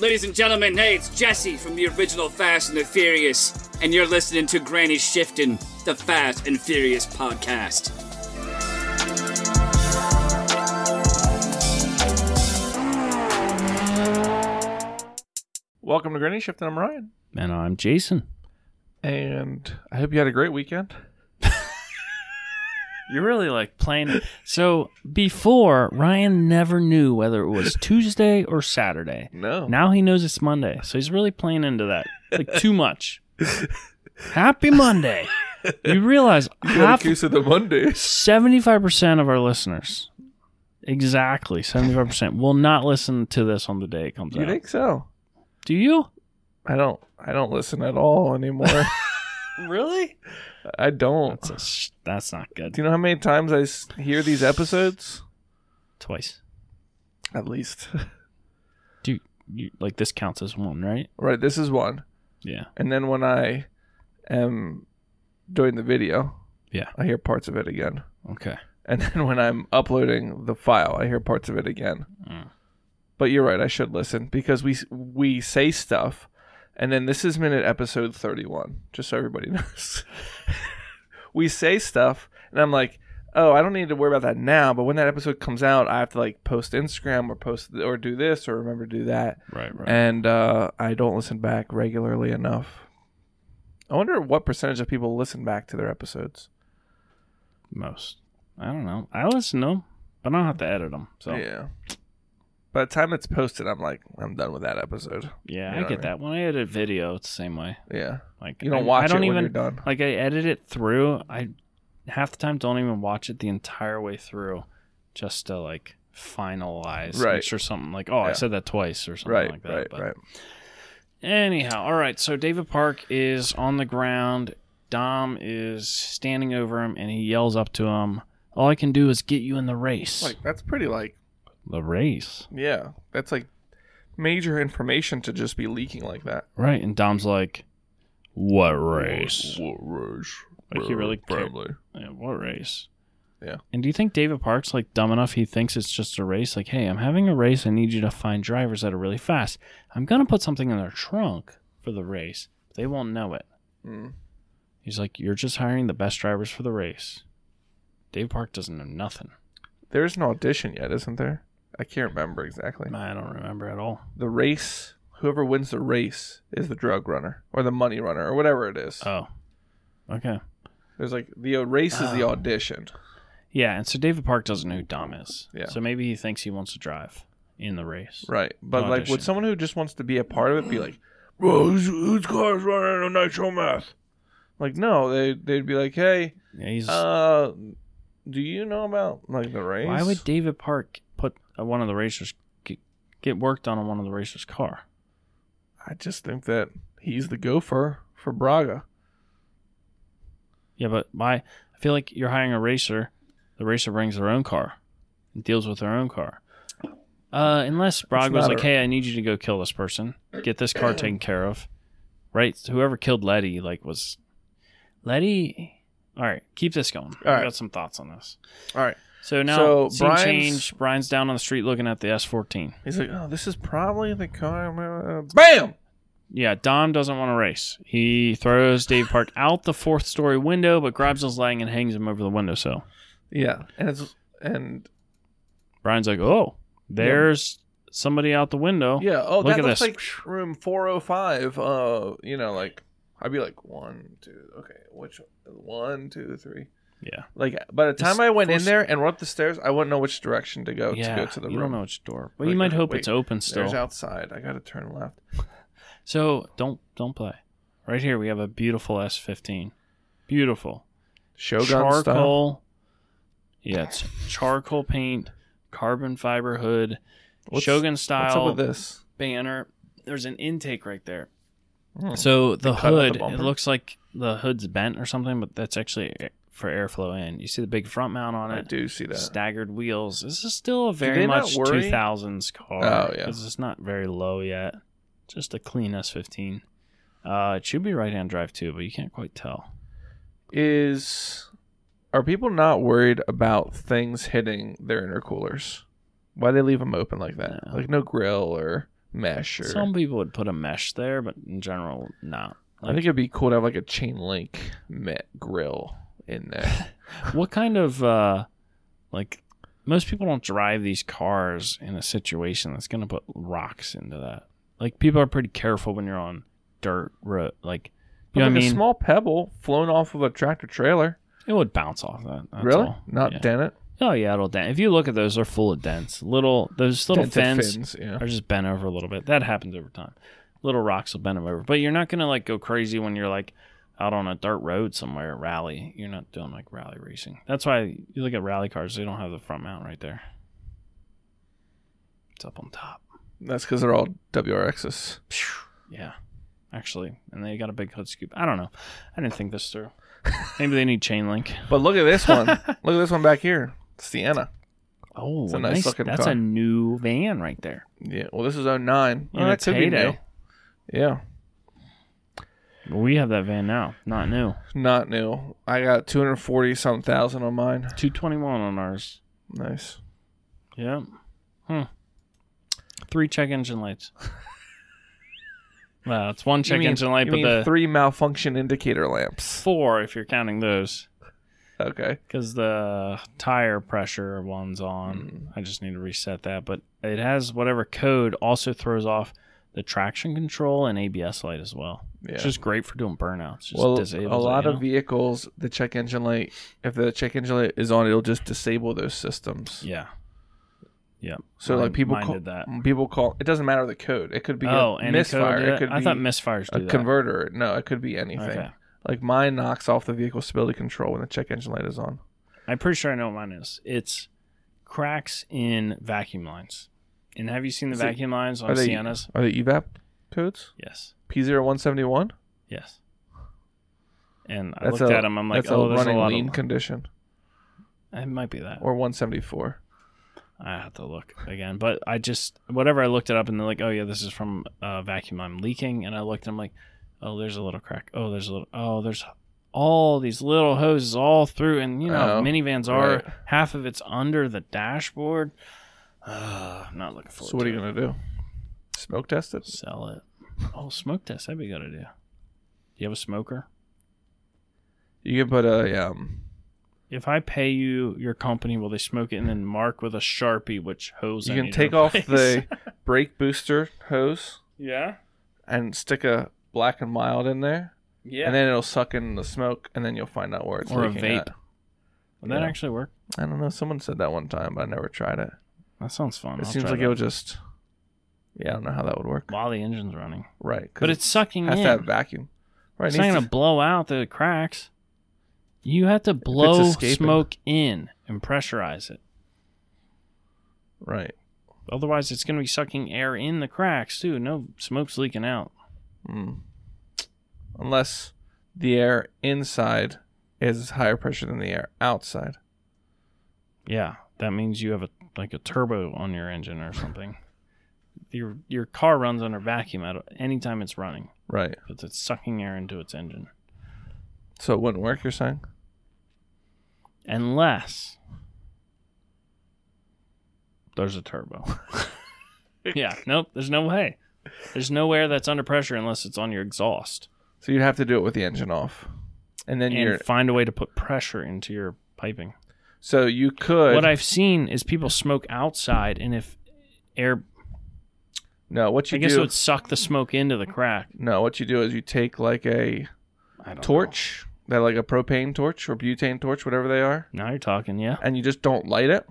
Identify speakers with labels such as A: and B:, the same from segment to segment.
A: Ladies and gentlemen, hey, it's Jesse from the original Fast and the Furious, and you're listening to Granny Shifting, the Fast and Furious podcast.
B: Welcome to Granny Shift, and I'm Ryan.
C: And I'm Jason.
B: And I hope you had a great weekend.
C: You're really like playing. So before, Ryan never knew whether it was Tuesday or Saturday.
B: No.
C: Now he knows it's Monday. So he's really playing into that like too much. Happy Monday. You realize
B: You had
C: half
B: a case of the Mondays.
C: 75% of our listeners, exactly 75%, will not listen to this on the day it comes
B: You
C: out.
B: think so?
C: Do you?
B: I don't. I don't listen at all anymore.
C: Really?
B: I don't.
C: That's, a, sh- that's not
B: Do
C: good.
B: you know how many times I s- hear these episodes?
C: Twice.
B: At least.
C: Do you, like this counts as one, right?
B: right. This is one.
C: Yeah.
B: And then when I am doing the video,
C: Yeah.
B: I hear parts of it again.
C: Okay.
B: And then when I'm uploading the file, I hear parts of it again.
C: Mm.
B: But you're right. I should listen because we we say stuff, and then this is minute episode 31. Just so everybody knows, we say stuff, and I'm like, oh, I don't need to worry about that now. But when that episode comes out, I have to like post Instagram or post or do this or remember to do that,
C: Right, right.
B: and uh, I don't listen back regularly enough. I wonder what percentage of people listen back to their episodes.
C: Most. I don't know. I listen to them, but I don't have to edit them. So yeah,
B: Yeah. By the time it's posted, I'm like, I'm done with that episode. You
C: I
B: know what I
C: get
B: mean?
C: that. When I edit video, it's the same way.
B: Yeah.
C: Like
B: You don't
C: I,
B: watch
C: I don't
B: it
C: even
B: when you're done.
C: like I edit it through. I half the time don't even watch it the entire way through, just to like finalize,
B: Right.
C: make sure something like oh I
B: Yeah.
C: said that twice or something
B: Right,
C: like that.
B: right,
C: but
B: right.
C: Anyhow, all right. So David Park is on the ground. Dom is standing over him, and he yells up to him. All I can do is get you in the race.
B: Like that's pretty like
C: the race.
B: yeah, that's like major information to just be leaking like that.
C: Right, and Dom's like, "What race?
B: What race?
C: Like, he really ca-
B: family.
C: Yeah, what race?"
B: Yeah.
C: And do you think David Park's like dumb enough? He thinks it's just a race. Like, hey, I'm having a race. I need you to find drivers that are really fast. I'm gonna put something in their trunk for the race. They won't know it.
B: Mm.
C: He's like, "You're just hiring the best drivers for the race." David Park doesn't know nothing.
B: There's an audition yet, isn't there? I can't remember exactly.
C: I don't remember at all.
B: The race, whoever wins the race is the drug runner or the money runner or whatever it is.
C: Oh, okay.
B: There's like the uh, race is the
C: Oh.
B: audition.
C: Yeah, and so David Park doesn't know who Dom is.
B: Yeah.
C: So maybe he thinks he wants to drive in the race.
B: Right. But like,
C: audition.
B: would someone who just wants to be a part of it be like, bro, who's, whose car's running on nitro math? Like, no, they they'd be like, hey,
C: Yeah, he's
B: uh, do you know about like the race?
C: Why would David Park put uh, one of the racers get, get worked on on one of the racers' car?
B: I just think that he's the gopher for Braga.
C: Yeah, but my I feel like you're hiring a racer. The racer brings their own car and deals with their own car. Uh, unless Brog was
B: not
C: like,
B: a-
C: "Hey, I need you to go kill this person. Get this car taken care of." Right? Whoever killed Letty like was Letty. All right, keep this going.
B: All
C: I
B: right.
C: got some thoughts on this.
B: All right.
C: So now
B: So,
C: scene
B: Brian's-
C: change. Brian's down on the street looking at the S14.
B: He's like, oh, this is probably the car. uh, Bam!
C: Yeah, Dom doesn't want to race. He throws Dave Park out the fourth story window, but grabs his leg and hangs him over the windowsill.
B: Yeah, and it's and
C: Brian's like, "Oh, there's somebody out the window."
B: yeah. Oh,
C: Look
B: that
C: at
B: looks
C: this.
B: like room four oh five. Uh, you know, like I'd be like one, two, okay, which one, two, three.
C: yeah.
B: Like by the time
C: It's
B: I went in
C: forced-
B: there and went up the stairs, I wouldn't know which direction Oh, to go
C: yeah.
B: to go to the
C: you
B: room.
C: don't know which door, but
B: Like,
C: you might
B: uh,
C: hope it's
B: wait,
C: open
B: There's
C: still.
B: outside. I gotta turn left.
C: so don't don't play. Right here we have a beautiful S15. Beautiful
B: Shogun style.
C: charcoal. Yeah, it's charcoal paint, carbon fiber hood,
B: What's-
C: Shogun style
B: What's up with this?
C: banner. There's an intake right there.
B: Hmm.
C: So the
B: cut out the
C: hood, it
B: bumper?
C: looks like the hood's bent or something, but that's actually a- for airflow in. You see the big front mount on
B: I
C: it,
B: do see that.
C: staggered wheels. This is still a
B: they
C: very
B: not
C: much
B: worry?
C: 2000s car.
B: Oh, yeah.
C: 'cause It's not very low yet. Just a clean S15. Uh, it should be right hand drive too, but you can't quite tell.
B: Is are people not worried about things hitting their intercoolers? Why they leave them open like that?
C: No.
B: Like no grill or mesh. Or,
C: Some people would put a mesh there, but in general, not.
B: I think it'd be cool to have like a chain link met grill in there.
C: what kind of uh like most people don't drive these cars in a situation that's going to put rocks into that like people are pretty careful when you're on dirt road like you
B: But,
C: know what i
B: like
C: mean
B: a small pebble flown off of a tractor trailer.
C: it would bounce off that that's
B: really?
C: all.
B: Not
C: yeah.
B: dent it.
C: oh yeah it'll dent if you look at those they're full of dents little those little
B: Dented
C: fins
B: fins, yeah.
C: are just bent over a little bit that happens over time little rocks will bend them over but you're not going to like go crazy when you're like out on a dirt road somewhere rally you're not doing like rally racing that's why you look at rally cars they don't have the front mount right there it's up on top
B: That's because they're all WRXs.
C: yeah actually and they got a big hood scoop i don't know i didn't think this through maybe they need chain link
B: But look at this one. look at this one back here. Sienna.
C: oh
B: a nice looking
C: that's
B: car.
C: a new van right there
B: Yeah. Well, this is 09.
C: In
B: Well, that
C: its
B: could be new.
C: heyday.
B: Yeah.
C: we have that van now not new
B: Not new. I got 240 something thousand on mine.
C: 221 on ours
B: Nice.
C: Yep. Hmm. Three check engine lights. well, it's one
B: You
C: check
B: mean-
C: engine light,
B: you
C: but
B: mean
C: the
B: three malfunction indicator lamps.
C: four if you're counting those,
B: Okay.
C: because the tire pressure one's
B: Hmm.
C: on. I just need to reset that, but it has whatever code also throws off the traction control and ABS light as well.
B: Yeah.
C: It's just great for doing burnouts. Just
B: well,
C: disables
B: a
C: it,
B: lot
C: you
B: of
C: know?
B: vehicles, the check engine light, if the check engine light is on, it'll just disable those systems.
C: yeah, yeah.
B: So
C: Mine-
B: like people
C: mine
B: call,
C: did that.
B: people call it doesn't matter the code. It could be
C: oh,
B: a
C: and
B: misfire. It, could
C: I
B: be
C: thought misfires
B: a
C: do that.
B: converter. No, it could be anything.
C: Okay.
B: Like mine knocks off the vehicle stability control when the check engine light is on.
C: I'm pretty sure I know what mine is. It's cracks in vacuum lines. And have you seen the
B: Is it-
C: vacuum lines on
B: are they
C: Siennas?
B: are they EVAP codes?
C: Yes.
B: P 171
C: Yes. And I looked at them. I'm like,
B: that's
C: oh,
B: a
C: there's a
B: running
C: lot
B: lean
C: of.
B: condition
C: it might be that.
B: or 174.
C: I have to look again. But I just whatever I looked it up, and they're like, oh yeah, this is from uh, vacuum line leaking. And I looked, and I'm like, oh, there's a little crack. Oh, there's a little. Oh, there's all these little hoses all through. And you know, how
B: Oh,
C: minivans are
B: right.
C: half of it's under the dashboard. Uh, I'm not looking forward.
B: So what
C: to
B: are you
C: it.
B: gonna do? Smoke test it?
C: Sell it. Oh, smoke test. That'd be a good idea. Do you have a smoker?
B: You can put a um.
C: If I pay you your company, will they smoke it and then mark with a sharpie which hose?
B: You
C: I
B: can
C: need to
B: take off
C: replace?
B: the brake booster hose
C: yeah,
B: and stick a black and mild in there,
C: yeah,
B: and then it'll suck in the smoke, and then you'll find out where it's
C: or a
B: leaking
C: vape.
B: at.
C: Would that
B: Yeah.
C: actually work?
B: I don't know. Someone said that one time, but I never tried it.
C: That sounds fun.
B: It
C: I'll
B: seems
C: try
B: like
C: that.
B: it would just. Yeah, I don't know how that would work.
C: while the engine's running,
B: Right, 'cause
C: but it's sucking
B: it
C: in.
B: has to have vacuum. Right,
C: it's
B: it
C: not
B: needs
C: gonna
B: to-
C: blow out the cracks. You have to blow
B: escaping.
C: smoke in and pressurize it.
B: right.
C: Otherwise, it's gonna be sucking air in the cracks too. No smoke's leaking out.
B: Mm. Unless the air inside is higher pressure than the air outside.
C: Yeah, that means you have a like a turbo on your engine or something. your your car runs under vacuum at any time it's running,
B: Right.
C: but it's sucking air into its engine.
B: So it wouldn't work. You're saying?
C: Unless there's a turbo. yeah, nope, there's no way. There's no air that's under pressure unless it's on your exhaust.
B: So you'd have to do it with the engine off, and then
C: And,
B: you're
C: find a way to put pressure into your piping.
B: so you could
C: What I've seen is people smoke outside and if air
B: no what
C: I
B: you
C: guess it
B: do
C: would suck the smoke into the crack.
B: no what you do is you take like a
C: I don't know.
B: torch that like a propane torch or butane torch whatever they are,
C: Now you're talking, yeah.
B: and you just don't light it,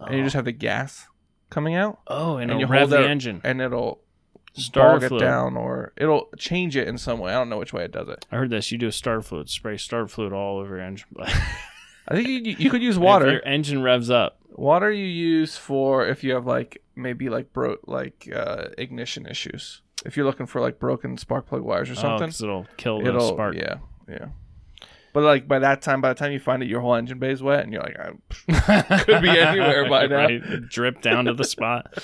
B: and you just have the gas coming out,
C: Oh, and,
B: Oh. and
C: it'll
B: you
C: rev
B: hold
C: the
B: that-
C: engine.
B: and it'll
C: Starter
B: bog it
C: fluid.
B: down or it'll change it in some way. I don't know which way it does it.
C: I heard this. You do a starter fluid spray, starter fluid all over your engine.
B: I think you, you could use
C: If
B: water.
C: your engine revs up.
B: Water you use for if you have like maybe like bro like uh, ignition issues. If you're looking for like broken spark plug wires or
C: Something.
B: something,
C: because oh, it'll kill the
B: it'll
C: spark.
B: yeah yeah but like by that time by the time you find it your whole engine bay's wet and you're like I'm, Could be anywhere by now.
C: Right? Drip down to the spot.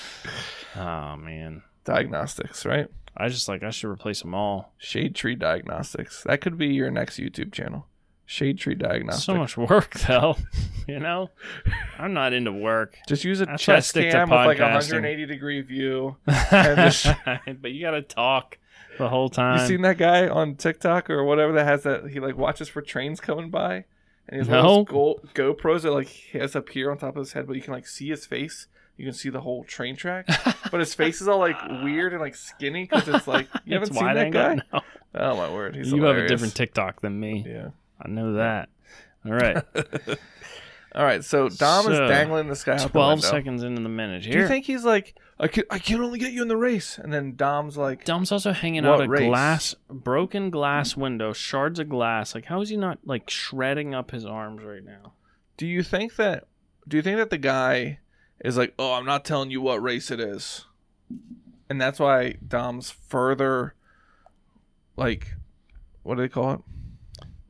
C: Oh man,
B: diagnostics right
C: I just like I should replace them all.
B: shade tree diagnostics that could be your next youtube channel Shade tree diagnostic.
C: So much work, though. you know, I'm not into work.
B: Just use a
C: That's why I
B: chest
C: stick to
B: cam with like a
C: podcasting.
B: 180 degree view. this-
C: but you got to talk the whole time.
B: You seen that guy on TikTok or whatever that has that he like watches for trains coming by, and he's
C: No.
B: one of those Go- GoPros that like he has up here on top of his head, but you can like see his face. You can see the whole train track, but his face is all like weird and like skinny because it's like you
C: It's
B: haven't seen
C: wide
B: that
C: angle?
B: guy.
C: No.
B: Oh my word, he's
C: you
B: hilarious.
C: have a different TikTok than me.
B: yeah.
C: I know that. All right,
B: All right, so Dom is
C: So,
B: dangling this guy out the
C: twelve
B: window.
C: seconds into the minute here.
B: Do you think he's like I can I can only get you in the race, and then Dom's like
C: Dom's also hanging
B: What
C: out a
B: race?
C: glass, broken glass window, shards of glass. Like, how is he not like shredding up his arms right now?
B: Do you think that? Do you think that the guy is like, oh, I'm not telling you what race it is, and that's why Dom's further, like, what do they call it?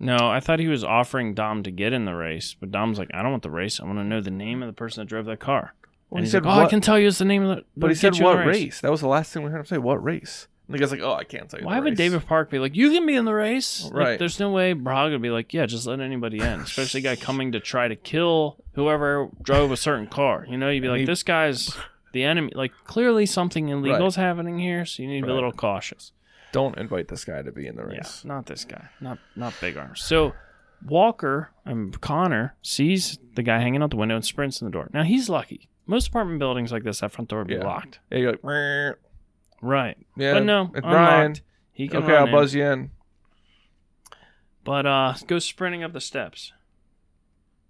C: No, I thought he was offering Dom to get in the race, but Dom's like, I don't want the race. I want to know the name of the person that drove that car.
B: Well,
C: and
B: he
C: he's
B: said
C: like, oh, I
B: what?
C: can tell you it's the name of the.
B: but he
C: it'll
B: said
C: get you in
B: what
C: the
B: race? That was the last thing we heard him say. What race? And the guy's like, oh, I can't tell you. the
C: Why would
B: race."
C: David Park be like, you can be in the race? Like,
B: Right.
C: there's no way Braga would be like, yeah, just let anybody in, especially a guy coming to try to kill whoever drove a certain car. You know, you'd be like,
B: he-
C: this guy's the enemy. Like, clearly something illegal
B: Right.
C: is happening here, so you need to be a
B: Right.
C: little cautious.
B: Don't invite this guy to be in the race.
C: Yes, not this guy. Not not big arms. So Walker and Connor sees the guy hanging out the window and sprints in the door. Now he's lucky. Most apartment buildings like this, that front door would be
B: Yeah.
C: locked.
B: Yeah, you're like, "Meow."
C: Right.
B: yeah,
C: but no,
B: it's
C: unlocked.
B: Brian.
C: He can
B: Okay,
C: run
B: I'll
C: in.
B: buzz you in.
C: But uh goes sprinting up the steps.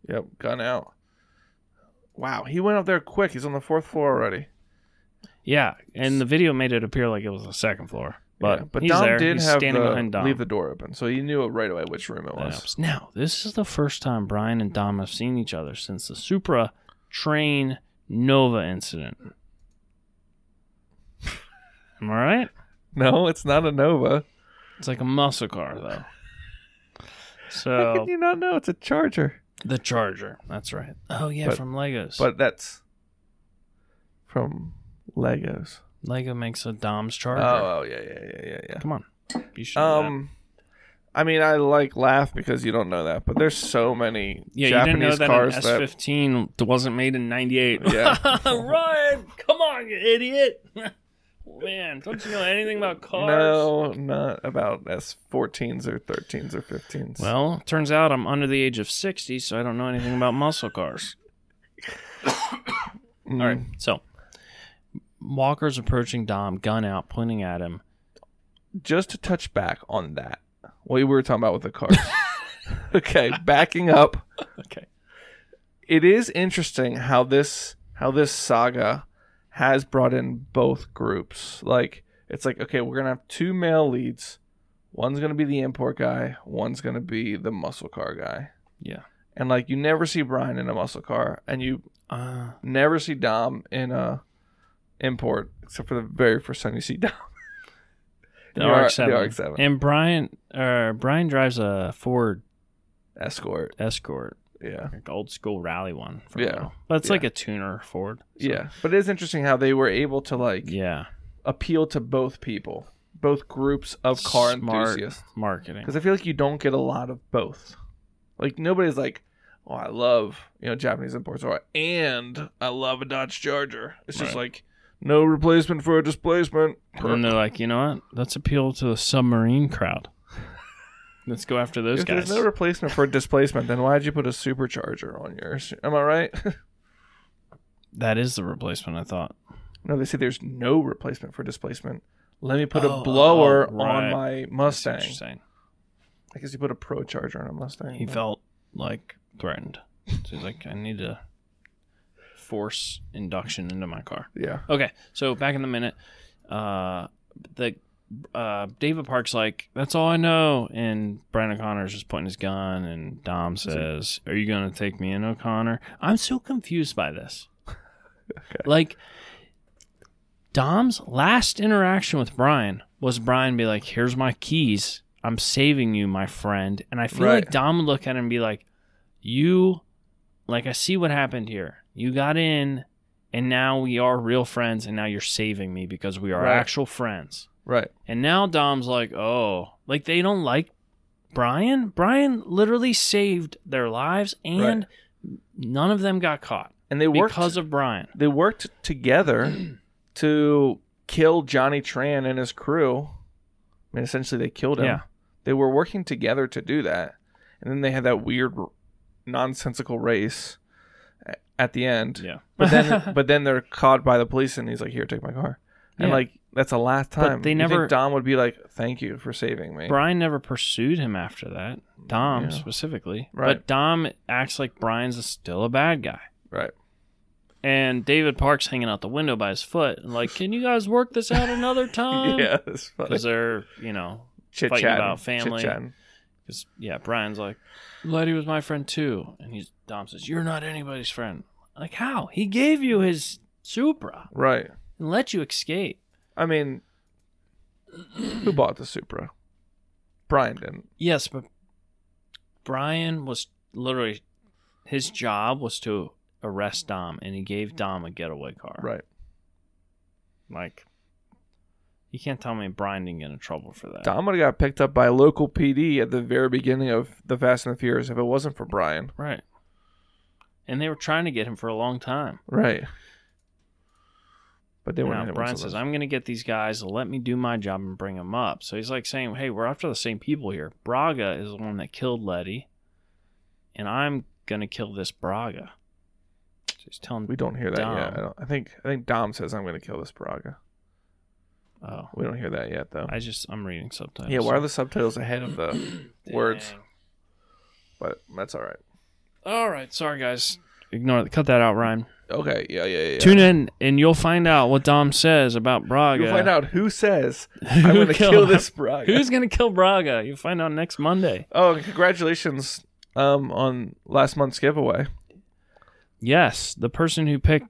B: Yep, gun out. Wow, he went up there quick. He's on the fourth floor already.
C: Yeah, and the video made it appear like it was the second floor. But,
B: Yeah, but
C: he's
B: Dom
C: there.
B: did
C: he's
B: have
C: standing
B: the,
C: behind Dom.
B: leave the door open, so he knew right away which room it
C: That
B: was.
C: helps. Now, this is the first time Brian and Dom have seen each other since the Supra train Nova incident. Am I right?
B: No, it's not a Nova.
C: It's like a muscle car, though.
B: How
C: So
B: could you not know it's a Charger?
C: the Charger. That's right. Oh yeah,
B: But-
C: from Legos.
B: But that's from Legos.
C: Lego makes a Dom's Charger.
B: Oh, oh yeah, yeah, yeah, yeah,
C: Come on, you should.
B: yeah.
C: know
B: Um, I mean, I like laugh because you don't know that, but there's so many
C: that. yeah,
B: Japanese
C: you didn't know that
B: cars
C: an S
B: that
C: fifteen wasn't made in ninety eight.
B: Yeah.
C: Ryan, come on, you idiot. Man, don't you know anything about cars?
B: no, not about S14s or 13s or 15s.
C: Well, turns out I'm under the age of sixty, so I don't know anything about muscle cars.
B: Mm,
C: All right. So Walker's approaching Dom, gun out, pointing at him.
B: just to touch back on that, what we were talking about with the cars. okay, backing up.
C: Okay.
B: it is interesting how this how this saga has brought in both groups. Like it's like okay, we're gonna have two male leads. One's gonna be the import guy. One's gonna be the muscle car guy.
C: Yeah.
B: And like you never see Brian in a muscle car, and you
C: Uh,
B: never see Dom in a import, except for the very first time you see Dom.
C: The
B: You are-
C: RX-7.
B: the RX-7.
C: And Brian, uh, Brian drives a Ford
B: Escort.
C: Escort,
B: Yeah.
C: like old school rally one. For
B: Yeah.
C: real. but it's
B: Yeah.
C: like a tuner Ford. so-
B: Yeah. But it is interesting how they were able to like
C: yeah.
B: appeal to both people, both groups of car
C: Smart
B: enthusiasts.
C: marketing.
B: because I feel like you don't get a lot of both. Like nobody's like, oh, I love you know Japanese imports, or and I love a Dodge Charger. It's just
C: Right.
B: like no replacement for a displacement.
C: And then they're like, you know what? Let's appeal to the submarine crowd. Let's go after those
B: if
C: guys.
B: there's no replacement for a displacement, then why'd you put a supercharger on yours? Am I right?
C: that is the replacement. I thought.
B: no, they say there's no replacement for displacement. Let me put
C: Oh,
B: a blower
C: oh, right.
B: on my
C: That's what
B: Mustang.
C: you're saying.
B: I guess you put a pro charger on a Mustang.
C: He felt like threatened. So he's like, I need to force induction into my car.
B: yeah.
C: Okay, so back in the minute, uh, the uh, David Park's like, "That's all I know," and Brian O'Connor's just pointing his gun, and Dom says, "Are you going to take me in, O'Connor?" I'm so confused by this. Like, Dom's last interaction with Brian was Brian be like, "Here's my keys. I'm saving you, my friend," and I feel like
B: Right.
C: Dom would look at him and be like, "You." Like I see what happened here. You got in and now we are real friends and now you're saving me because we are
B: Right.
C: actual friends
B: Right.
C: and now dom's like oh like they don't like Brian, Brian literally saved their lives, and none of them got caught
B: and they worked
C: because of Brian.
B: they worked together to kill Johnny Tran and his crew. I mean, essentially, they killed him.
C: Yeah.
B: They were working together to do that, and then they had that weird, r- nonsensical race a- at the end.
C: Yeah,
B: But then, but then they're caught by the police, and he's like, "Here, take my car." And
C: Yeah.
B: like, that's a last
C: But
B: time.
C: they
B: You think
C: never-
B: Dom would be like, "Thank you for saving me."
C: Brian never pursued him after that. Dom
B: Yeah.
C: specifically,
B: Right.
C: but Dom acts like Brian's still a bad guy.
B: Right.
C: And David Park's hanging out the window by his foot, and like, can you guys work this out another time?
B: yeah, that's funny.
C: Um, because they're you know
B: Chit
C: fighting about
B: chatting.
C: family.
B: Chit chatting.
C: Because yeah, Brian's like, Letty was my friend too, and he's Dom says, "You're not anybody's friend." Like how? He gave you his Supra
B: Right.
C: and let you escape.
B: I mean, who bought the Supra? Brian didn't.
C: Yes, but Brian was literally his job was to arrest Dom, and he gave Dom a getaway car.
B: Right.
C: Like you can't tell me Brian didn't get in trouble for that.
B: Dom would have got picked up by local PD at the very beginning of the Fast and the Furious if it wasn't for Brian.
C: Right. And they were trying to get him for a long time.
B: Right. But they
C: Now,
B: weren't. hit
C: Brian
B: once in
C: says,
B: a-
C: I'm going to get these guys to let me do my job and bring them up. So he's like saying, hey, we're after the same people here. Braga is the one that killed Letty, and I'm going to kill this Braga. So he's telling
B: "We don't hear that yet."
C: Dom.
B: I, don't, I think. I think Dom says, "I'm going to kill this Braga."
C: Oh,
B: We don't hear that yet, though.
C: I just, I'm reading subtitles.
B: yeah. Why are the subtitles ahead of the?
C: Dang.
B: words? But that's all right.
C: All right. Sorry, guys. Ignore it. Cut that out, Ryan.
B: Okay. Yeah. Yeah. Yeah.
C: Tune in, and you'll find out what Dom says about Braga.
B: You'll find out who says,
C: Who
B: "I'm going to
C: killed
B: kill
C: him.
B: this Braga."
C: Who's going to kill Braga? You'll find out next Monday.
B: Oh, and congratulations um, on last month's giveaway.
C: Yes, the person who picked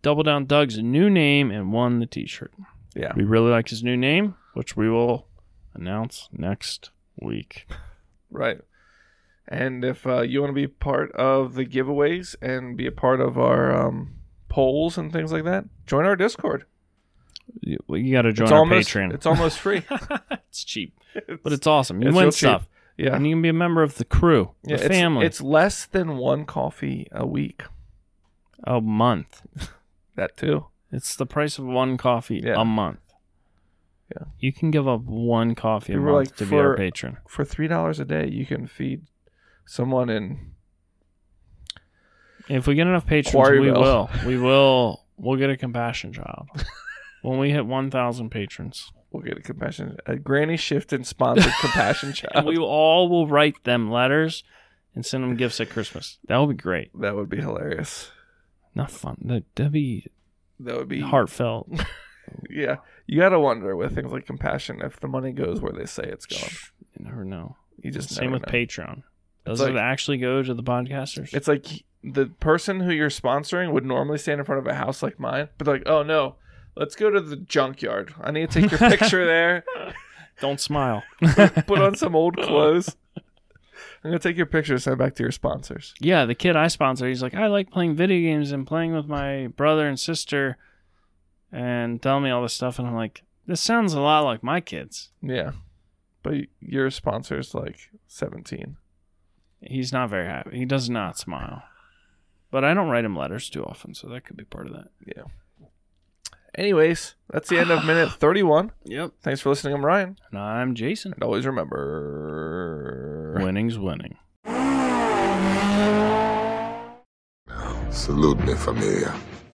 C: Double Down Doug's new name and won the T-shirt.
B: Yeah.
C: We really like his new name, which we will announce next week.
B: Right. And if uh, you want to be part of the giveaways and be a part of our um, polls and things like that, join our Discord.
C: You, got to join
B: it's
C: our
B: almost
C: Patreon.
B: it's almost free.
C: It's cheap, but it's awesome. You
B: it's real
C: win
B: cheap.
C: stuff,
B: yeah.
C: and you can be a member of the crew,
B: yeah
C: the
B: it's,
C: family,
B: it's less than one coffee a week.
C: a month.
B: That too.
C: It's the price of one coffee
B: Yeah.
C: a month.
B: Yeah.
C: you can give up one coffee
B: We
C: a
B: were
C: month
B: like,
C: to be our
B: for-
C: patron.
B: For three dollars a day, you can feed someone in.
C: If we get enough patrons, we
B: Quarryville.
C: will. We will. We'll get a compassion child when we hit 1,000 patrons.
B: We'll get a compassion, a granny shift and sponsored compassion
C: And
B: child.
C: we all will write them letters and send them gifts at Christmas. That would be great.
B: that would be hilarious.
C: Not fun. That- That'd be
B: That would be
C: heartfelt.
B: Yeah, you gotta wonder with things like compassion if the money goes where they say it's going.
C: You never know.
B: You just
C: Same
B: never
C: with
B: know.
C: Patreon. Does
B: like-
C: it actually go to the podcasters?
B: It's like the person who you're sponsoring would normally stand in front of a house like mine, but they're like, oh no, let's go to the junkyard. I need to take your picture there.
C: Don't smile.
B: Put on some old clothes. I'm gonna take your picture and send it back to your sponsors.
C: yeah, the kid I sponsor, he's like, I like playing video games and playing with my brother and sister and telling me all this stuff. And I'm like, this sounds a lot like my kids.
B: Yeah, but y- your sponsor's like 17.
C: He's not very happy. He does not smile. But I don't write him letters too often, so that could be part of that.
B: Anyways, that's the end of minute 31.
C: Yep.
B: Thanks for listening. I'm Ryan,
C: And I'm Jason.
B: and always remember.
C: Winning's winning.
D: Salute me, familia.